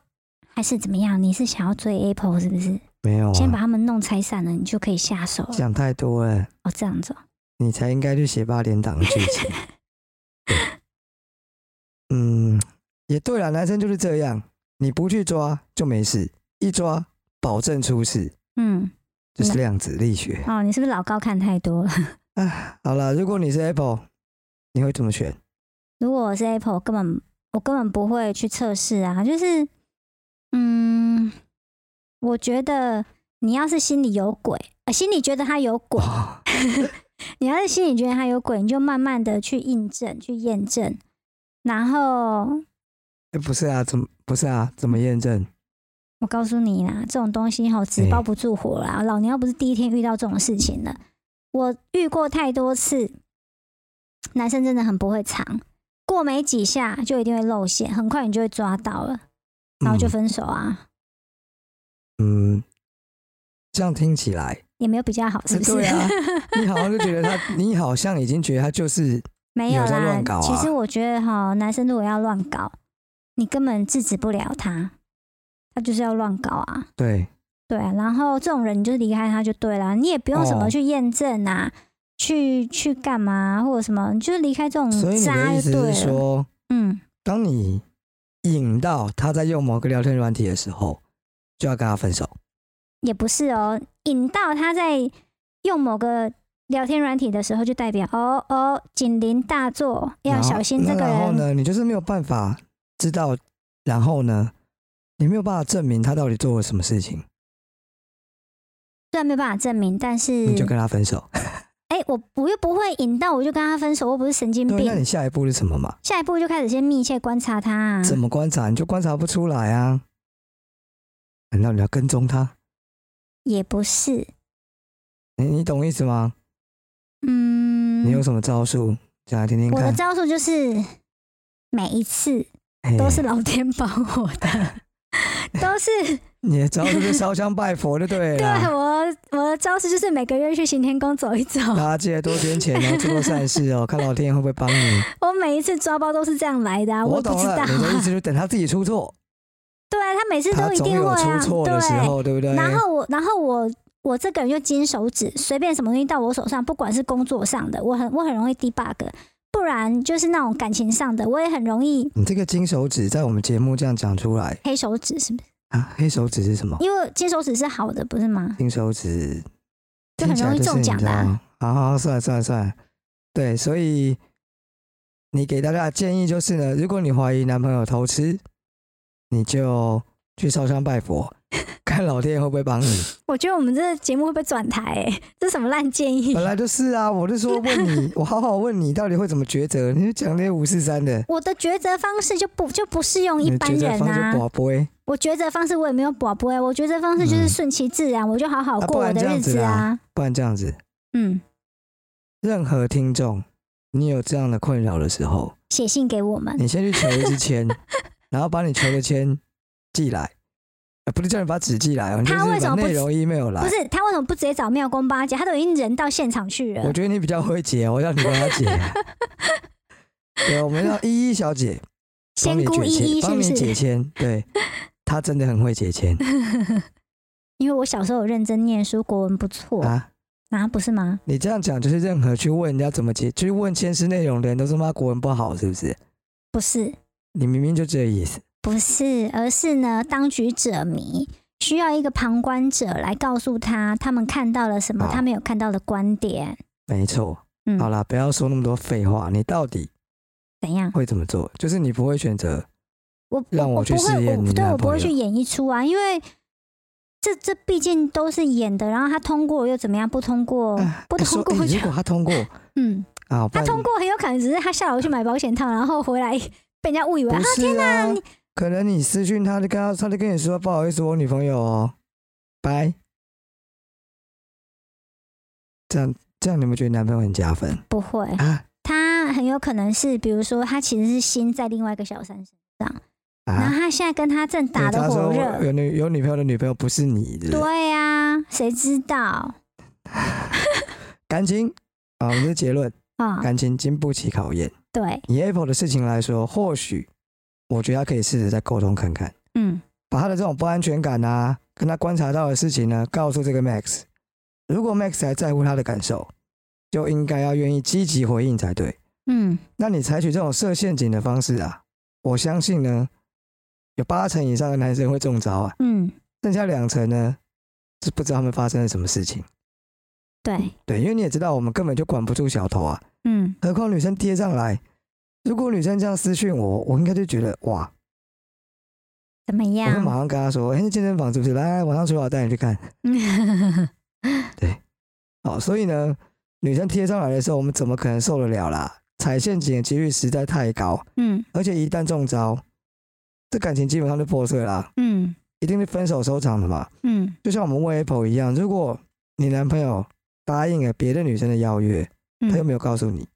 Speaker 2: 还是怎么样？你是想要追 Apple 是不是？
Speaker 1: 没有
Speaker 2: 先
Speaker 1: 啊，
Speaker 2: 把他们弄拆散了，你就可以下手了。
Speaker 1: 想太多了。
Speaker 2: 哦，这样子哦、
Speaker 1: 你才应该去写八点档的剧情。对嗯，也对啦，男生就是这样，你不去抓就没事，一抓保证出事，
Speaker 2: 嗯，
Speaker 1: 就是量子力学。啊
Speaker 2: 哦，你是不是老高看太多了？
Speaker 1: 好啦，如果你是 Apple，你会怎么选？
Speaker 2: 如果我是 Apple，根本我根本不会去测试啊。就是，嗯，我觉得你要是心里有鬼，呃，心里觉得他有鬼，
Speaker 1: 哦，
Speaker 2: 你要是心里觉得他有鬼，你就慢慢的去印证、去验证，然后
Speaker 1: 诶不是啊，怎么不是啊？怎么验证？
Speaker 2: 我告诉你啦，这种东西吼纸包不住火啦。老娘又不是第一天遇到这种事情了，我遇过太多次。男生真的很不会藏，过没几下就一定会露馅，很快你就会抓到了，然后就分手啊，
Speaker 1: 嗯，嗯这样听起来
Speaker 2: 也没有比较好， 是不是？
Speaker 1: 对 啊，你好像就觉得他，你好像已经觉得他就是
Speaker 2: 没
Speaker 1: 你
Speaker 2: 有
Speaker 1: 有在
Speaker 2: 啦
Speaker 1: 乱搞，啊
Speaker 2: 其实我觉得哈，男生如果要乱搞，你根本制止不了他，他就是要乱搞啊，
Speaker 1: 对，
Speaker 2: 对啊。然后这种人你就离开他就对啦，你也不用什么
Speaker 1: 哦
Speaker 2: 去验证啊，去去干嘛或者什么，你就是离开这种
Speaker 1: 所以你
Speaker 2: 嗯渣
Speaker 1: 的意思
Speaker 2: 就
Speaker 1: 是
Speaker 2: 对了。
Speaker 1: 说，
Speaker 2: 嗯，
Speaker 1: 当你引到他在用某个聊天软体的时候，就要跟他分手。
Speaker 2: 也不是哦，引到他在用某个。聊天软体的时候，就代表哦哦，警铃大作，要
Speaker 1: 然后
Speaker 2: 小心这
Speaker 1: 那
Speaker 2: 个
Speaker 1: 然后
Speaker 2: 人。
Speaker 1: 呢，你就是没有办法知道，然后呢，你没有办法证明他到底做了什么事情，
Speaker 2: 虽然没办法证明，但是
Speaker 1: 你就跟他分手。
Speaker 2: 哎、我我又不会引到，我就跟他分手，我又不是神经
Speaker 1: 对，
Speaker 2: 病
Speaker 1: 那。你下一步是什么嘛？
Speaker 2: 下一步就开始先密切观察他、啊，
Speaker 1: 怎么观察？你就观察不出来啊？难道你要跟踪他？
Speaker 2: 也不是，
Speaker 1: 你你懂意思吗？
Speaker 2: 嗯，
Speaker 1: 你有什么招数？讲来听听
Speaker 2: 我的
Speaker 1: 看。
Speaker 2: 招数就是每一次
Speaker 1: 哎
Speaker 2: 都是老天保我 的，都是
Speaker 1: 你的招数是烧香拜佛就对了啊
Speaker 2: 对
Speaker 1: 啦，
Speaker 2: 我我的招数就是每个月去行天宫走一走，
Speaker 1: 大家记得多捐钱，然后做善事 哦，看老天会不会帮你。
Speaker 2: 我每一次抓包都是这样来的、啊，我也不
Speaker 1: 懂
Speaker 2: 知道、
Speaker 1: 了，你的意
Speaker 2: 啊
Speaker 1: 思，就是等他自己出 错，
Speaker 2: 对啊，他每次
Speaker 1: 他
Speaker 2: 都一
Speaker 1: 总
Speaker 2: 定
Speaker 1: 有
Speaker 2: 会
Speaker 1: 出
Speaker 2: 啊，
Speaker 1: 错的时
Speaker 2: 对，
Speaker 1: 候，对不对？
Speaker 2: 然后我，然后我，我这个人就金手指，随便什么东西到我手上，不管是工作上的，我很我很容易 debug，不然就是那种感情上的，我也很容易
Speaker 1: 你这个金手指在我们节目这样讲出来
Speaker 2: 黑手指，是不是？
Speaker 1: 啊，黑手指是什么？
Speaker 2: 因为金手指是好的，不是吗？
Speaker 1: 金手指
Speaker 2: 就很容易中奖的啊
Speaker 1: 听起来就是你知道好好好，算了算了算了，对，所以你给大家的建议就是呢，如果你怀疑男朋友偷吃，你就去烧香拜 佛，看老天会不会帮你。
Speaker 2: 我觉得我们这个节目会不会转台、 欸？这什么烂建议
Speaker 1: 本？来就是啊，我就说问 你，我好好问你到底会怎么抉择，你就讲那些五四三的，
Speaker 2: 我的抉择方式就不就不适用
Speaker 1: 你
Speaker 2: 一
Speaker 1: 的
Speaker 2: 般
Speaker 1: 抉择
Speaker 2: 人
Speaker 1: 方
Speaker 2: 啊
Speaker 1: 式！宝贝。
Speaker 2: 我抉择方式我也没有宝贝，我抉择方式就是
Speaker 1: 嗯
Speaker 2: 顺其自然，我就好好
Speaker 1: 啊
Speaker 2: 过
Speaker 1: 不然
Speaker 2: 我的
Speaker 1: 这样
Speaker 2: 日
Speaker 1: 子
Speaker 2: 子
Speaker 1: 啦
Speaker 2: 啊。
Speaker 1: 不然这样子，
Speaker 2: 嗯，
Speaker 1: 任何听众，你有这样的困扰的时候，
Speaker 2: 写信给我们，
Speaker 1: 你先去求一支 签，然后把你求的签寄来，呃、不是叫你把纸寄来哦，你就
Speaker 2: 他为
Speaker 1: 是
Speaker 2: 什
Speaker 1: 把
Speaker 2: 么不
Speaker 1: 内容 email 来
Speaker 2: 不。是他为什么不直接找妙公八姐？他都已经人到现场去了
Speaker 1: 我。觉得你比较会解，哦我要你帮他解。啊对，我们要依依小 姐帮
Speaker 2: 仙
Speaker 1: 你
Speaker 2: 姑
Speaker 1: 解
Speaker 2: 依
Speaker 1: 签，
Speaker 2: 依是
Speaker 1: 帮
Speaker 2: 不
Speaker 1: 你解
Speaker 2: 是？
Speaker 1: 签。 对，她真的很会解签
Speaker 2: 因为我小时候有认真念书，国文不错
Speaker 1: 啊！
Speaker 2: 啊，不是吗？
Speaker 1: 你这样讲就是任何去问人家怎么解，去问签诗内容的人都是骂国文不好，是不是？
Speaker 2: 不是，
Speaker 1: 你明明就这意思。
Speaker 2: 不是，而是呢，当局者迷，需要一个旁观者来告诉他他们看到了什么，
Speaker 1: 好
Speaker 2: 他们有看到的观点。
Speaker 1: 没错，
Speaker 2: 嗯，
Speaker 1: 好啦，不要说那么多废话。你到底
Speaker 2: 怎样？
Speaker 1: 会怎么做？就是你不会选择
Speaker 2: 我
Speaker 1: 让我
Speaker 2: 我
Speaker 1: 去
Speaker 2: 不
Speaker 1: 试
Speaker 2: 会，
Speaker 1: 验你
Speaker 2: 我对
Speaker 1: 男
Speaker 2: 我不
Speaker 1: 朋
Speaker 2: 会
Speaker 1: 友
Speaker 2: 去演一出啊，因为这这毕竟都是演的，然后他通过又怎么样？不通过，
Speaker 1: 啊
Speaker 2: 不通
Speaker 1: 说
Speaker 2: 过
Speaker 1: 诶
Speaker 2: 就
Speaker 1: 如果他通 过
Speaker 2: 嗯，
Speaker 1: 啊，不
Speaker 2: 他
Speaker 1: 然
Speaker 2: 通过很有可能只是他下楼去买保险套，然后回来 被人家误以为
Speaker 1: 不
Speaker 2: 啊，
Speaker 1: 是啊？可能你私讯他，就跟他，他就跟你说不好意思，我女朋友哦，拜。这样这样，你们觉得男朋友很加分
Speaker 2: 不会。
Speaker 1: 啊？
Speaker 2: 他很有可能是，比如说他其实是心在另外一个小三身上，然
Speaker 1: 啊
Speaker 2: 后他现在跟他正打
Speaker 1: 因为
Speaker 2: 得
Speaker 1: 他
Speaker 2: 火
Speaker 1: 说
Speaker 2: 热。
Speaker 1: 有女有女朋友的女朋友不是你的，
Speaker 2: 对啊呀、谁知道
Speaker 1: 感情啊，我们的结论，
Speaker 2: 啊、
Speaker 1: 感情经不起考验。
Speaker 2: 对，
Speaker 1: 以 Apple 的事情来说，或许我觉得他可以试着再沟通看看，
Speaker 2: 嗯，
Speaker 1: 把他的这种不安全感啊，跟他观察到的事情呢，告诉这个 Max。如果 Max 还在乎他的感受，就应该要愿意积极回应才对。
Speaker 2: 嗯，
Speaker 1: 那你采取这种设陷阱的方式啊，我相信呢，有八成以上的男生会中招啊，
Speaker 2: 嗯，
Speaker 1: 剩下两成呢是不知道他们发生了什么事情。
Speaker 2: 对，
Speaker 1: 对，因为你也知道，我们根本就管不住小偷啊，
Speaker 2: 嗯，
Speaker 1: 何况女生贴上来，如果女生这样私讯我，我应该就觉得哇，
Speaker 2: 怎么
Speaker 1: 我会马
Speaker 2: 样？
Speaker 1: 上跟她说，哎、那健身房是不是？来，晚上出来我带你去 看。好，所以呢，女生贴上来的时候，我们怎么可能受得了啦？踩陷阱的几率实在太高，
Speaker 2: 嗯
Speaker 1: 而且一旦中招，这感情基本上就破碎啦，
Speaker 2: 嗯
Speaker 1: 一定是分手收场的嘛。
Speaker 2: 嗯
Speaker 1: 就像我们问 Apple 一样，如果你男朋友答应了别的女生的邀约，他又
Speaker 2: 嗯，
Speaker 1: 没有告诉你，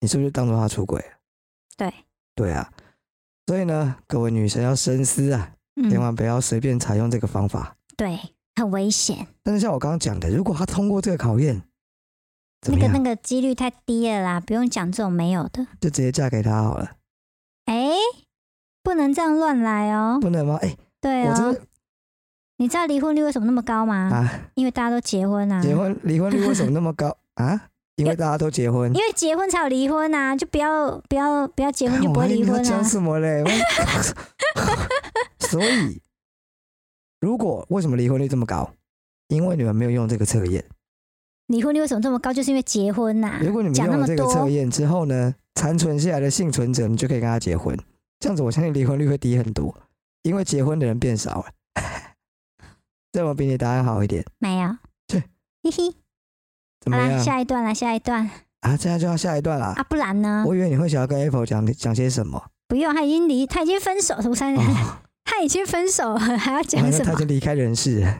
Speaker 1: 你是不是当做他出轨了？
Speaker 2: 对
Speaker 1: 对啊，所以呢，各位女生要深思啊，千
Speaker 2: 嗯，
Speaker 1: 万不要随便采用这个方法。
Speaker 2: 对，很危险，
Speaker 1: 但是像我刚刚讲的，如果他通过这个考验，怎
Speaker 2: 那
Speaker 1: 么
Speaker 2: 个
Speaker 1: 样？
Speaker 2: 那个几率太低了啦，不用讲这种没有的。
Speaker 1: 就直接嫁给他好了。
Speaker 2: 哎、不能这样乱来哦。
Speaker 1: 不能吗？哎、
Speaker 2: 对
Speaker 1: 我真
Speaker 2: 哦，
Speaker 1: 的
Speaker 2: 你知道离婚率为什么那么高吗？
Speaker 1: 啊，
Speaker 2: 因为大家都结婚啊，
Speaker 1: 结婚离婚率为什么那么高啊？因为大家都结婚
Speaker 2: 因。为结婚才有离婚啊，就不要不要不要结婚就不
Speaker 1: 我还
Speaker 2: 会
Speaker 1: 以为
Speaker 2: 离
Speaker 1: 你
Speaker 2: 婚
Speaker 1: 要
Speaker 2: 啊
Speaker 1: 讲。什么 嘞？我所以，如果为什么离婚率这么高？因为你们没有用这个测验。
Speaker 2: 离婚率为什么这么高？就是因为结婚啊呐、
Speaker 1: 如果你们
Speaker 2: 讲那
Speaker 1: 用了这
Speaker 2: 么
Speaker 1: 个
Speaker 2: 多
Speaker 1: 测验之后呢，残存下来的幸存者，你就可以跟他结婚。这样子，我相信离婚率会低很多，因为结婚的人变少了。 这我比你答案好一点，
Speaker 2: 没有。
Speaker 1: 切
Speaker 2: 嘿嘿，
Speaker 1: 怎么
Speaker 2: 好啦，
Speaker 1: 样？
Speaker 2: 下一段啦，下一段
Speaker 1: 啊，现在就要下一段啦。
Speaker 2: 啊，不然呢？
Speaker 1: 我以为你会想要跟 Apple 讲讲些什 么，
Speaker 2: 不用，他已经离，他已经分手，什么三
Speaker 1: 哦
Speaker 2: 他已经分手了，还要
Speaker 1: 我
Speaker 2: 讲
Speaker 1: 还说
Speaker 2: 什
Speaker 1: 他已
Speaker 2: 么？嗯
Speaker 1: 经离开人世了。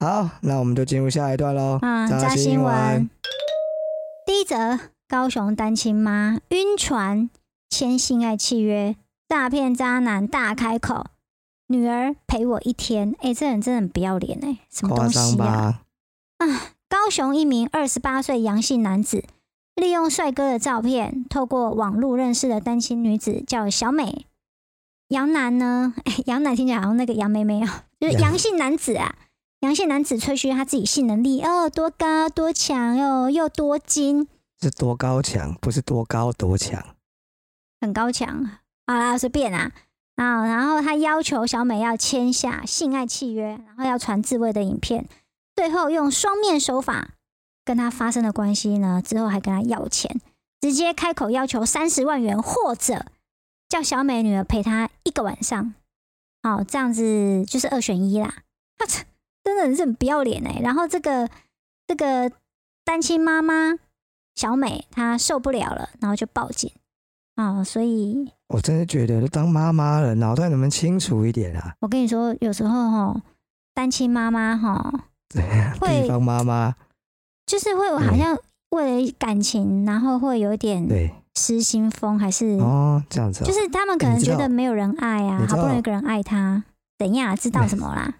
Speaker 1: 好，那我们就进入下一段喽。
Speaker 2: 啊，
Speaker 1: 扎
Speaker 2: 扎新
Speaker 1: 闻
Speaker 2: 闻。第一则：高雄单亲妈晕船签性爱契约，诈骗渣男大开口，女儿陪我一天。哎、这人真的很不要脸哎、什么
Speaker 1: 夸
Speaker 2: 东
Speaker 1: 张
Speaker 2: 西啊？
Speaker 1: 吧？
Speaker 2: 高雄一名二十八岁阳性男子，利用帅哥的照片，透过网络认识的单亲女子叫小美。杨男呢？ 哎杨男听起来好像那个杨妹妹哦，就是
Speaker 1: 杨
Speaker 2: 阳性男子啊。阳性男子吹嘘他自己性能力哦多高多强哦又多金，
Speaker 1: 是多高强，不是多高多强。
Speaker 2: 很高强。好啦，随便啊啊！然后他要求小美要签下性爱契约，然后要传自慰的影片，最后用双面手法跟他发生了关系呢，之后还跟他要钱，直接开口要求三十万元，或者叫小美女儿陪他一个晚上。好，这样子就是二选一啦。 他这真的是很不要脸哎、然后这个这个单亲妈妈小美她受不了了，然后就报警。啊、所以
Speaker 1: 我真的觉得当妈妈了，脑袋能不能清楚一点啊？
Speaker 2: 我跟你说，有时候哈，单亲妈妈哈，
Speaker 1: 地
Speaker 2: 会
Speaker 1: 啊方妈妈，
Speaker 2: 就是会好像为了感情，然后会有一点
Speaker 1: 对
Speaker 2: 失心疯，还是、
Speaker 1: 哦，这样子哦、
Speaker 2: 嗯就是他们可
Speaker 1: 哎
Speaker 2: 能
Speaker 1: 你知
Speaker 2: 觉
Speaker 1: 道
Speaker 2: 得没有人爱啊
Speaker 1: 你，知
Speaker 2: 好不容易
Speaker 1: 道
Speaker 2: 有个人爱他，怎样啊知道什么啦？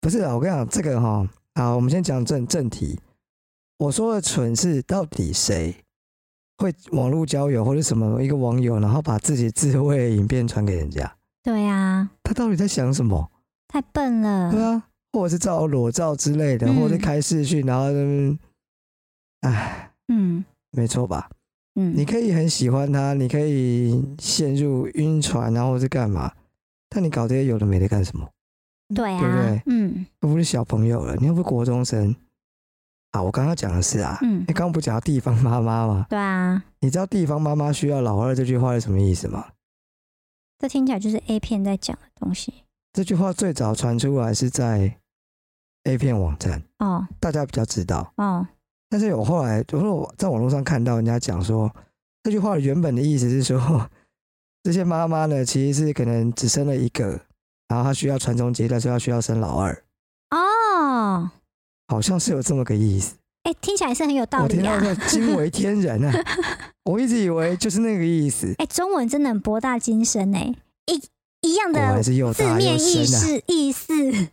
Speaker 1: 不是啊，我跟你讲这个哈、好，我们先讲正正题。我说的蠢是到底谁会网络交友或者什么一个网友，然后把自己自慰的影片传给人家，
Speaker 2: 对啊，
Speaker 1: 他到底在想什么？
Speaker 2: 太笨
Speaker 1: 对
Speaker 2: 了。
Speaker 1: 啊，或者是照裸照之类的，
Speaker 2: 嗯
Speaker 1: 或者是开视讯，然后嗯，哎，
Speaker 2: 嗯
Speaker 1: 没错吧？你
Speaker 2: 嗯，
Speaker 1: 可以很喜欢他，你可以陷入晕船，然后是干嘛？但你搞这些有的没的干什么？对
Speaker 2: 对
Speaker 1: 不
Speaker 2: 啊
Speaker 1: 对，
Speaker 2: 嗯
Speaker 1: 又不是小朋友了，你又不是国中生啊！我刚刚讲的是啊，
Speaker 2: 嗯
Speaker 1: 你，刚刚不讲到地方妈妈吗？
Speaker 2: 对啊，
Speaker 1: 你知道地方妈妈需要老二这句话是什么意思吗？
Speaker 2: 这听起来就是 A 片在讲的东西
Speaker 1: 这句话最早传出来是在 A 片网站，
Speaker 2: 哦
Speaker 1: 大家比较知道。
Speaker 2: 哦，
Speaker 1: 但是我后来，我说我在网络上看到人家讲说，这句话原本的意思是说， 这些妈妈呢其实是可能只生了一个，然后她需要传宗接代，所以她需要生老二，
Speaker 2: 哦，
Speaker 1: 好像是有这么个意思。
Speaker 2: 哎、听起来是很有道
Speaker 1: 我
Speaker 2: 理
Speaker 1: 听到
Speaker 2: 啊。
Speaker 1: 这惊为天人啊！我一直以为就是那个意思，
Speaker 2: 哎、中文真的很博大精深哎、一一样
Speaker 1: 果
Speaker 2: 的
Speaker 1: 然是又
Speaker 2: 字
Speaker 1: 大
Speaker 2: 面
Speaker 1: 又
Speaker 2: 意
Speaker 1: 深
Speaker 2: 思意思，
Speaker 1: 啊！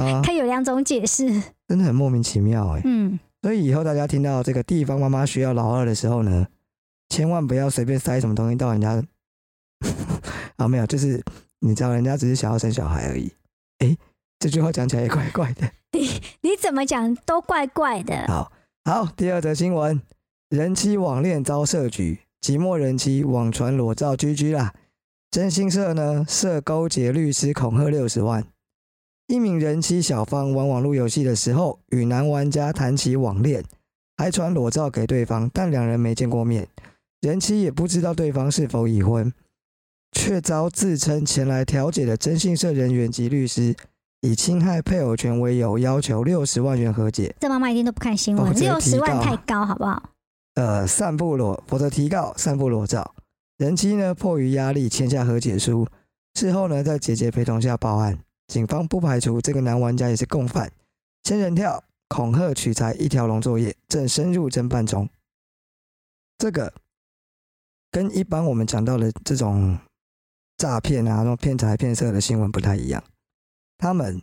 Speaker 1: 啊，
Speaker 2: 它有两种解释。
Speaker 1: 真的很莫名其妙哎、
Speaker 2: 嗯，
Speaker 1: 所以以后大家听到这个地方妈妈需要老二的时候呢，千万不要随便塞什么东西到人家。 啊，没有，就是你知道，人家只是想要生小孩而已。诶，这句话讲起来也怪怪的。
Speaker 2: 你怎么讲都怪怪的。
Speaker 1: 好好，第二则新闻，人妻网恋遭设局，寂寞人妻网传裸照居居啦。真心社呢涉勾结律师恐吓六十万。一名人妻小芳玩网络游戏的时候，与男玩家谈起网恋，还传裸照给对方，但两人没见过面，人妻也不知道对方是否已婚，却遭自称前来调解的征信社人员及律师以侵害配偶权为由，要求六十万元和解。
Speaker 2: 这妈妈一定都不看新闻
Speaker 1: 哦我，直接
Speaker 2: 六
Speaker 1: 提
Speaker 2: 十
Speaker 1: 到
Speaker 2: 万太高，好不好？
Speaker 1: 呃散布裸，否则提告散布裸照。人妻呢迫于压力签下和解书，事后呢在姐姐陪同下报案，警方不排除这个男玩家也是共犯，仙人跳恐吓取材一条龙作业正深入侦办中。这个跟一般我们讲到的这种诈骗啊、那种骗财骗色的新闻不太一样，他们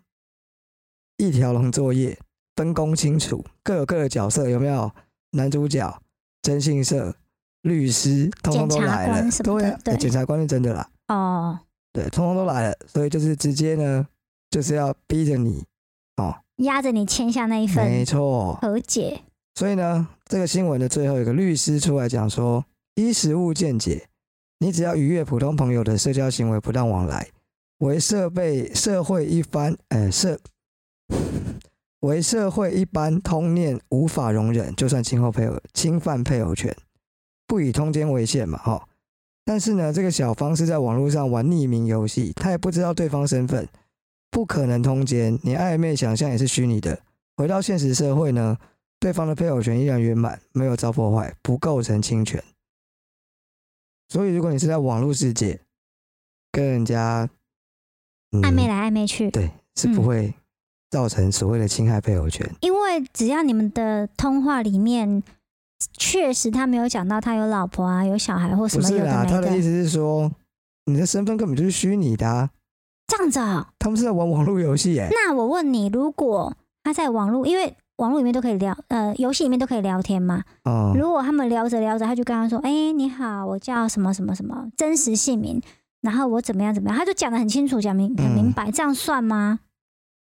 Speaker 1: 一条龙作业，分工清楚，各有各的角色，有没有？男主角、征信社、律师，通通都
Speaker 2: 检察
Speaker 1: 来了
Speaker 2: 官，什么
Speaker 1: 对
Speaker 2: 的
Speaker 1: 啊，哎
Speaker 2: 对
Speaker 1: 检察官是真的啦，
Speaker 2: 哦，
Speaker 1: 对，通通都来了，所以就是直接呢，就是要逼着你，
Speaker 2: 压着你签下那一
Speaker 1: 没
Speaker 2: 份嗯
Speaker 1: 错。
Speaker 2: 和解，
Speaker 1: 所以呢，这个新闻的最后，有个律师出来讲说，依实物见解，你只要逾越普通朋友的社交行为不当往来，为社会社会一般，呃社，为社会一般通念无法容忍，就算侵后配偶侵犯配偶权，不以通奸为限嘛，哈。但是呢，这个小芳是在网络上玩匿名游戏，她也不知道对方身份，不可能通奸，你暧昧想象也是虚拟的。回到现实社会呢，对方的配偶权依然圆满，没有遭破坏，不构成侵权。所以，如果你是在网络世界跟人家、嗯
Speaker 2: 暧昧来暧昧去，
Speaker 1: 对，是不
Speaker 2: 嗯
Speaker 1: 会造成所谓的侵害配偶权。
Speaker 2: 因为只要你们的通话里面确实他没有讲到他有老婆啊、有小孩或什
Speaker 1: 不
Speaker 2: 么
Speaker 1: 是
Speaker 2: 有
Speaker 1: 啦，
Speaker 2: 的
Speaker 1: 他
Speaker 2: 没
Speaker 1: 的意
Speaker 2: 的，
Speaker 1: 思是说，你的身份根本就是虚拟的、啊，
Speaker 2: 这样子哦。
Speaker 1: 他们是在玩网络游戏耶。
Speaker 2: 那我问你，如果他在网络，因为网络里面都可以聊，呃，游戏里面都可以聊天嘛。
Speaker 1: 哦、
Speaker 2: 如果他们聊着聊着，他就跟他说：“哎、你好，我叫什么什么什么，真实姓名，然后我怎么样怎么样。”他就讲的很清楚，讲明很明
Speaker 1: 嗯
Speaker 2: 白，这样算吗？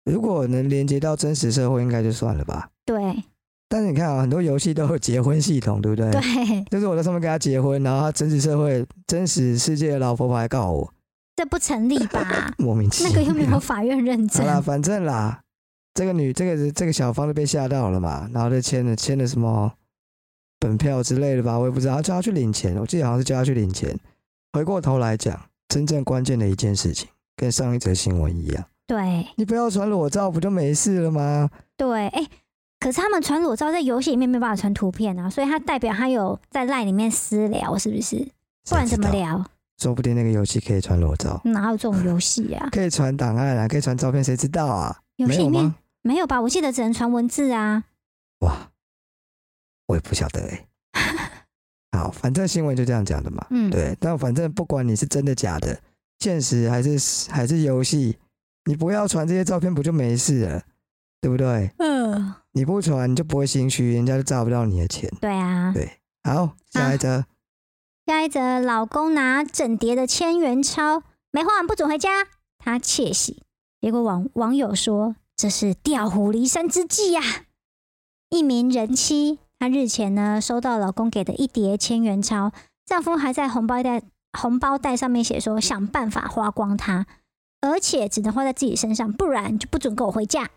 Speaker 1: 如果能连接到真实社会，应该就算了吧。
Speaker 2: 对
Speaker 1: 但是你看啊，很多游戏都有结婚系统，对不对？
Speaker 2: 对，
Speaker 1: 就是我在上面跟他结婚，然后他真实社会、真实世界的老婆跑来告我，？
Speaker 2: 这不成立吧
Speaker 1: 莫名其
Speaker 2: 那
Speaker 1: 妙。
Speaker 2: 个又没有法院 认
Speaker 1: 好
Speaker 2: 证，
Speaker 1: 啦，反正啦，这个女，这个这个小芳就被吓到了嘛，然后就签了签了什么本票之类的吧，我也不知道，叫她去领钱，我记得好像是叫她去领钱。回过头来讲，真正关键的一件事情，跟上一则新闻一样，
Speaker 2: 对
Speaker 1: 你不要传裸照，不就没事了吗？
Speaker 2: 对，哎、可是他们传裸照在游戏里面没办法传图片啊，所以他代表他有在赖里面私聊，是不是？不然
Speaker 1: 谁知
Speaker 2: 怎么
Speaker 1: 道？
Speaker 2: 聊？
Speaker 1: 说不定那个游戏可以传裸照，
Speaker 2: 哪有这种游戏啊？
Speaker 1: 可以传档案啊，可以传照片，谁知道啊？
Speaker 2: 游
Speaker 1: 没
Speaker 2: 戏里
Speaker 1: 有
Speaker 2: 面
Speaker 1: 吗？
Speaker 2: 没有吧？我记得只能传文字啊。
Speaker 1: 哇，我也不晓得哎、好，反正新闻就这样讲的嘛。
Speaker 2: 嗯，
Speaker 1: 对，但反正不管你是真的假的，现实还是还是游戏，你不要传这些照片，不就没事了，对不对？
Speaker 2: 嗯，
Speaker 1: 你不传，你就不会心虚，人家就诈不到你的钱。
Speaker 2: 对啊。
Speaker 1: 对好，下一则，
Speaker 2: 下一则，老公拿整叠的千元钞，没花完不准回家，他窃喜。结果网网友说这是调虎离山之计呀、一名人妻，她日前呢收到老公给的一叠千元钞，丈夫还在红包袋红包袋上面写说想办法花光它，而且只能花在自己身上，不然就不准跟我回家。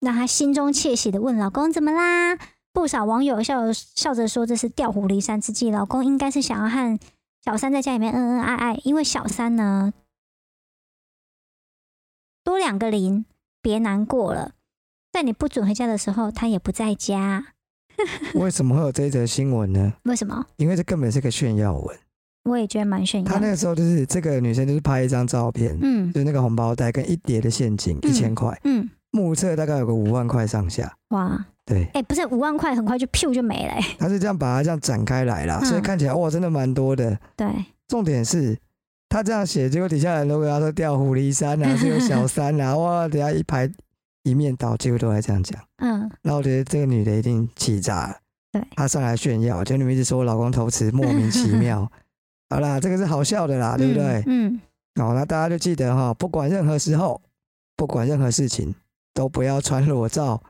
Speaker 2: 那她心中窃喜的问老公怎么啦？不少网友笑笑着说这是调虎离山之计，老公应该是想要和小三在家里面恩恩爱爱，因为小三呢多两个零，别难过了。在你不准回家的时候，他也不在家，
Speaker 1: 为什么会有这一则新闻呢？
Speaker 2: 为什么？
Speaker 1: 因为这根本是个炫耀文。
Speaker 2: 我也觉得蛮炫耀
Speaker 1: 她那
Speaker 2: 的。
Speaker 1: 个时候就是这个女生就是拍一张照片，
Speaker 2: 嗯
Speaker 1: 就是那个红包袋跟一叠的现金一千块，
Speaker 2: 嗯，
Speaker 1: 目测大概有个五万块上下。
Speaker 2: 哇，
Speaker 1: 对，
Speaker 2: 哎、不是五万块，很快就 p 就没了、欸
Speaker 1: 她是这样把它这样展开来啦，所以
Speaker 2: 嗯
Speaker 1: 看起来哇，真的蛮多的。
Speaker 2: 对，
Speaker 1: 重点是他这样写，结果底下人都跟他说调虎离山 啊，是有小三啊，哇，等下一排一面倒，结果都在这样讲。
Speaker 2: 嗯，
Speaker 1: 那我觉得这个女的一定气炸了，
Speaker 2: 对
Speaker 1: 她上来炫耀，就你们一直说我老公偷吃，莫名其 妙。好啦，这个是好笑的啦，啊对不对？
Speaker 2: 嗯，嗯
Speaker 1: 好，那大家就记得哈，不管任何时候，不管任何事情，都不要传裸照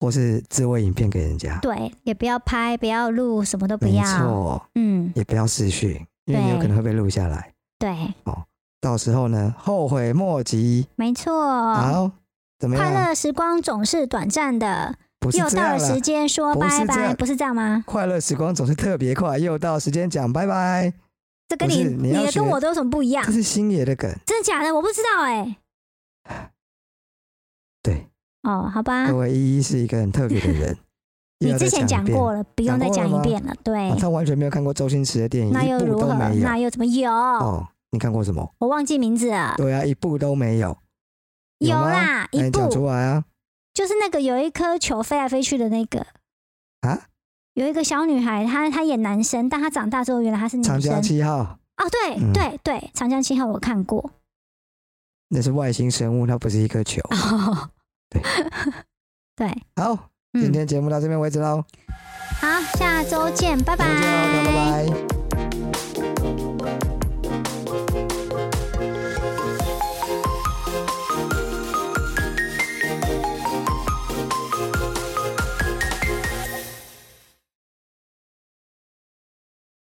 Speaker 1: 或是自慰影片给人家。
Speaker 2: 对，也不要拍，不要录，什么都不
Speaker 1: 没
Speaker 2: 要。
Speaker 1: 错，
Speaker 2: 嗯，
Speaker 1: 也不要视讯，因为你有
Speaker 2: 对
Speaker 1: 可能会被录下来，
Speaker 2: 对，
Speaker 1: 到时候呢后悔莫及。
Speaker 2: 没错。
Speaker 1: 好，怎么
Speaker 2: 哦快
Speaker 1: 样？
Speaker 2: 乐时光总是短暂的，
Speaker 1: 啊不是
Speaker 2: 又
Speaker 1: 这
Speaker 2: 到
Speaker 1: 样
Speaker 2: 了
Speaker 1: 了
Speaker 2: 时，间说
Speaker 1: 不是
Speaker 2: 拜
Speaker 1: 这
Speaker 2: 拜，
Speaker 1: 样
Speaker 2: 不是这样吗？
Speaker 1: 快乐时光总是特别快，又到时间讲拜拜。
Speaker 2: 这跟
Speaker 1: 不
Speaker 2: 你
Speaker 1: 是你要
Speaker 2: 的
Speaker 1: 学
Speaker 2: 跟我都有什么不一样
Speaker 1: 这？是星爷的梗，
Speaker 2: 真的假的？我不知道哎、
Speaker 1: 对，
Speaker 2: 哦，好吧
Speaker 1: 各，位依依是一个很特别的人。又
Speaker 2: 你
Speaker 1: 要再
Speaker 2: 之前讲
Speaker 1: 一遍
Speaker 2: 过了，不用再
Speaker 1: 讲
Speaker 2: 讲
Speaker 1: 过了
Speaker 2: 一
Speaker 1: 吗
Speaker 2: 遍了。对
Speaker 1: 啊，他完全没有看过周星驰的电影，
Speaker 2: 那又
Speaker 1: 一
Speaker 2: 如
Speaker 1: 部
Speaker 2: 何
Speaker 1: 都？没有。
Speaker 2: 那又怎呃么有？
Speaker 1: 哦，你看过什么？
Speaker 2: 我忘记名字了。
Speaker 1: 对啊，一部都没有。有吗
Speaker 2: 啦，
Speaker 1: 那
Speaker 2: 一
Speaker 1: 你讲出
Speaker 2: 部
Speaker 1: 来啊！
Speaker 2: 就是那个有一颗球飞来飞去的那个
Speaker 1: 啊，
Speaker 2: 有一个小女孩，她她演男生，但她长大之后原来她是女
Speaker 1: 长江
Speaker 2: 生。
Speaker 1: 七号
Speaker 2: 哦，对、
Speaker 1: 嗯
Speaker 2: 对对，《长江七号》我看过。
Speaker 1: 那是外星生物，它不是一颗球。
Speaker 2: 哦
Speaker 1: 对，
Speaker 2: 对，
Speaker 1: 好，今
Speaker 2: 嗯，
Speaker 1: 天节目到这边为止喽。
Speaker 3: 好，下周见，拜
Speaker 2: 再见喽，大家拜拜。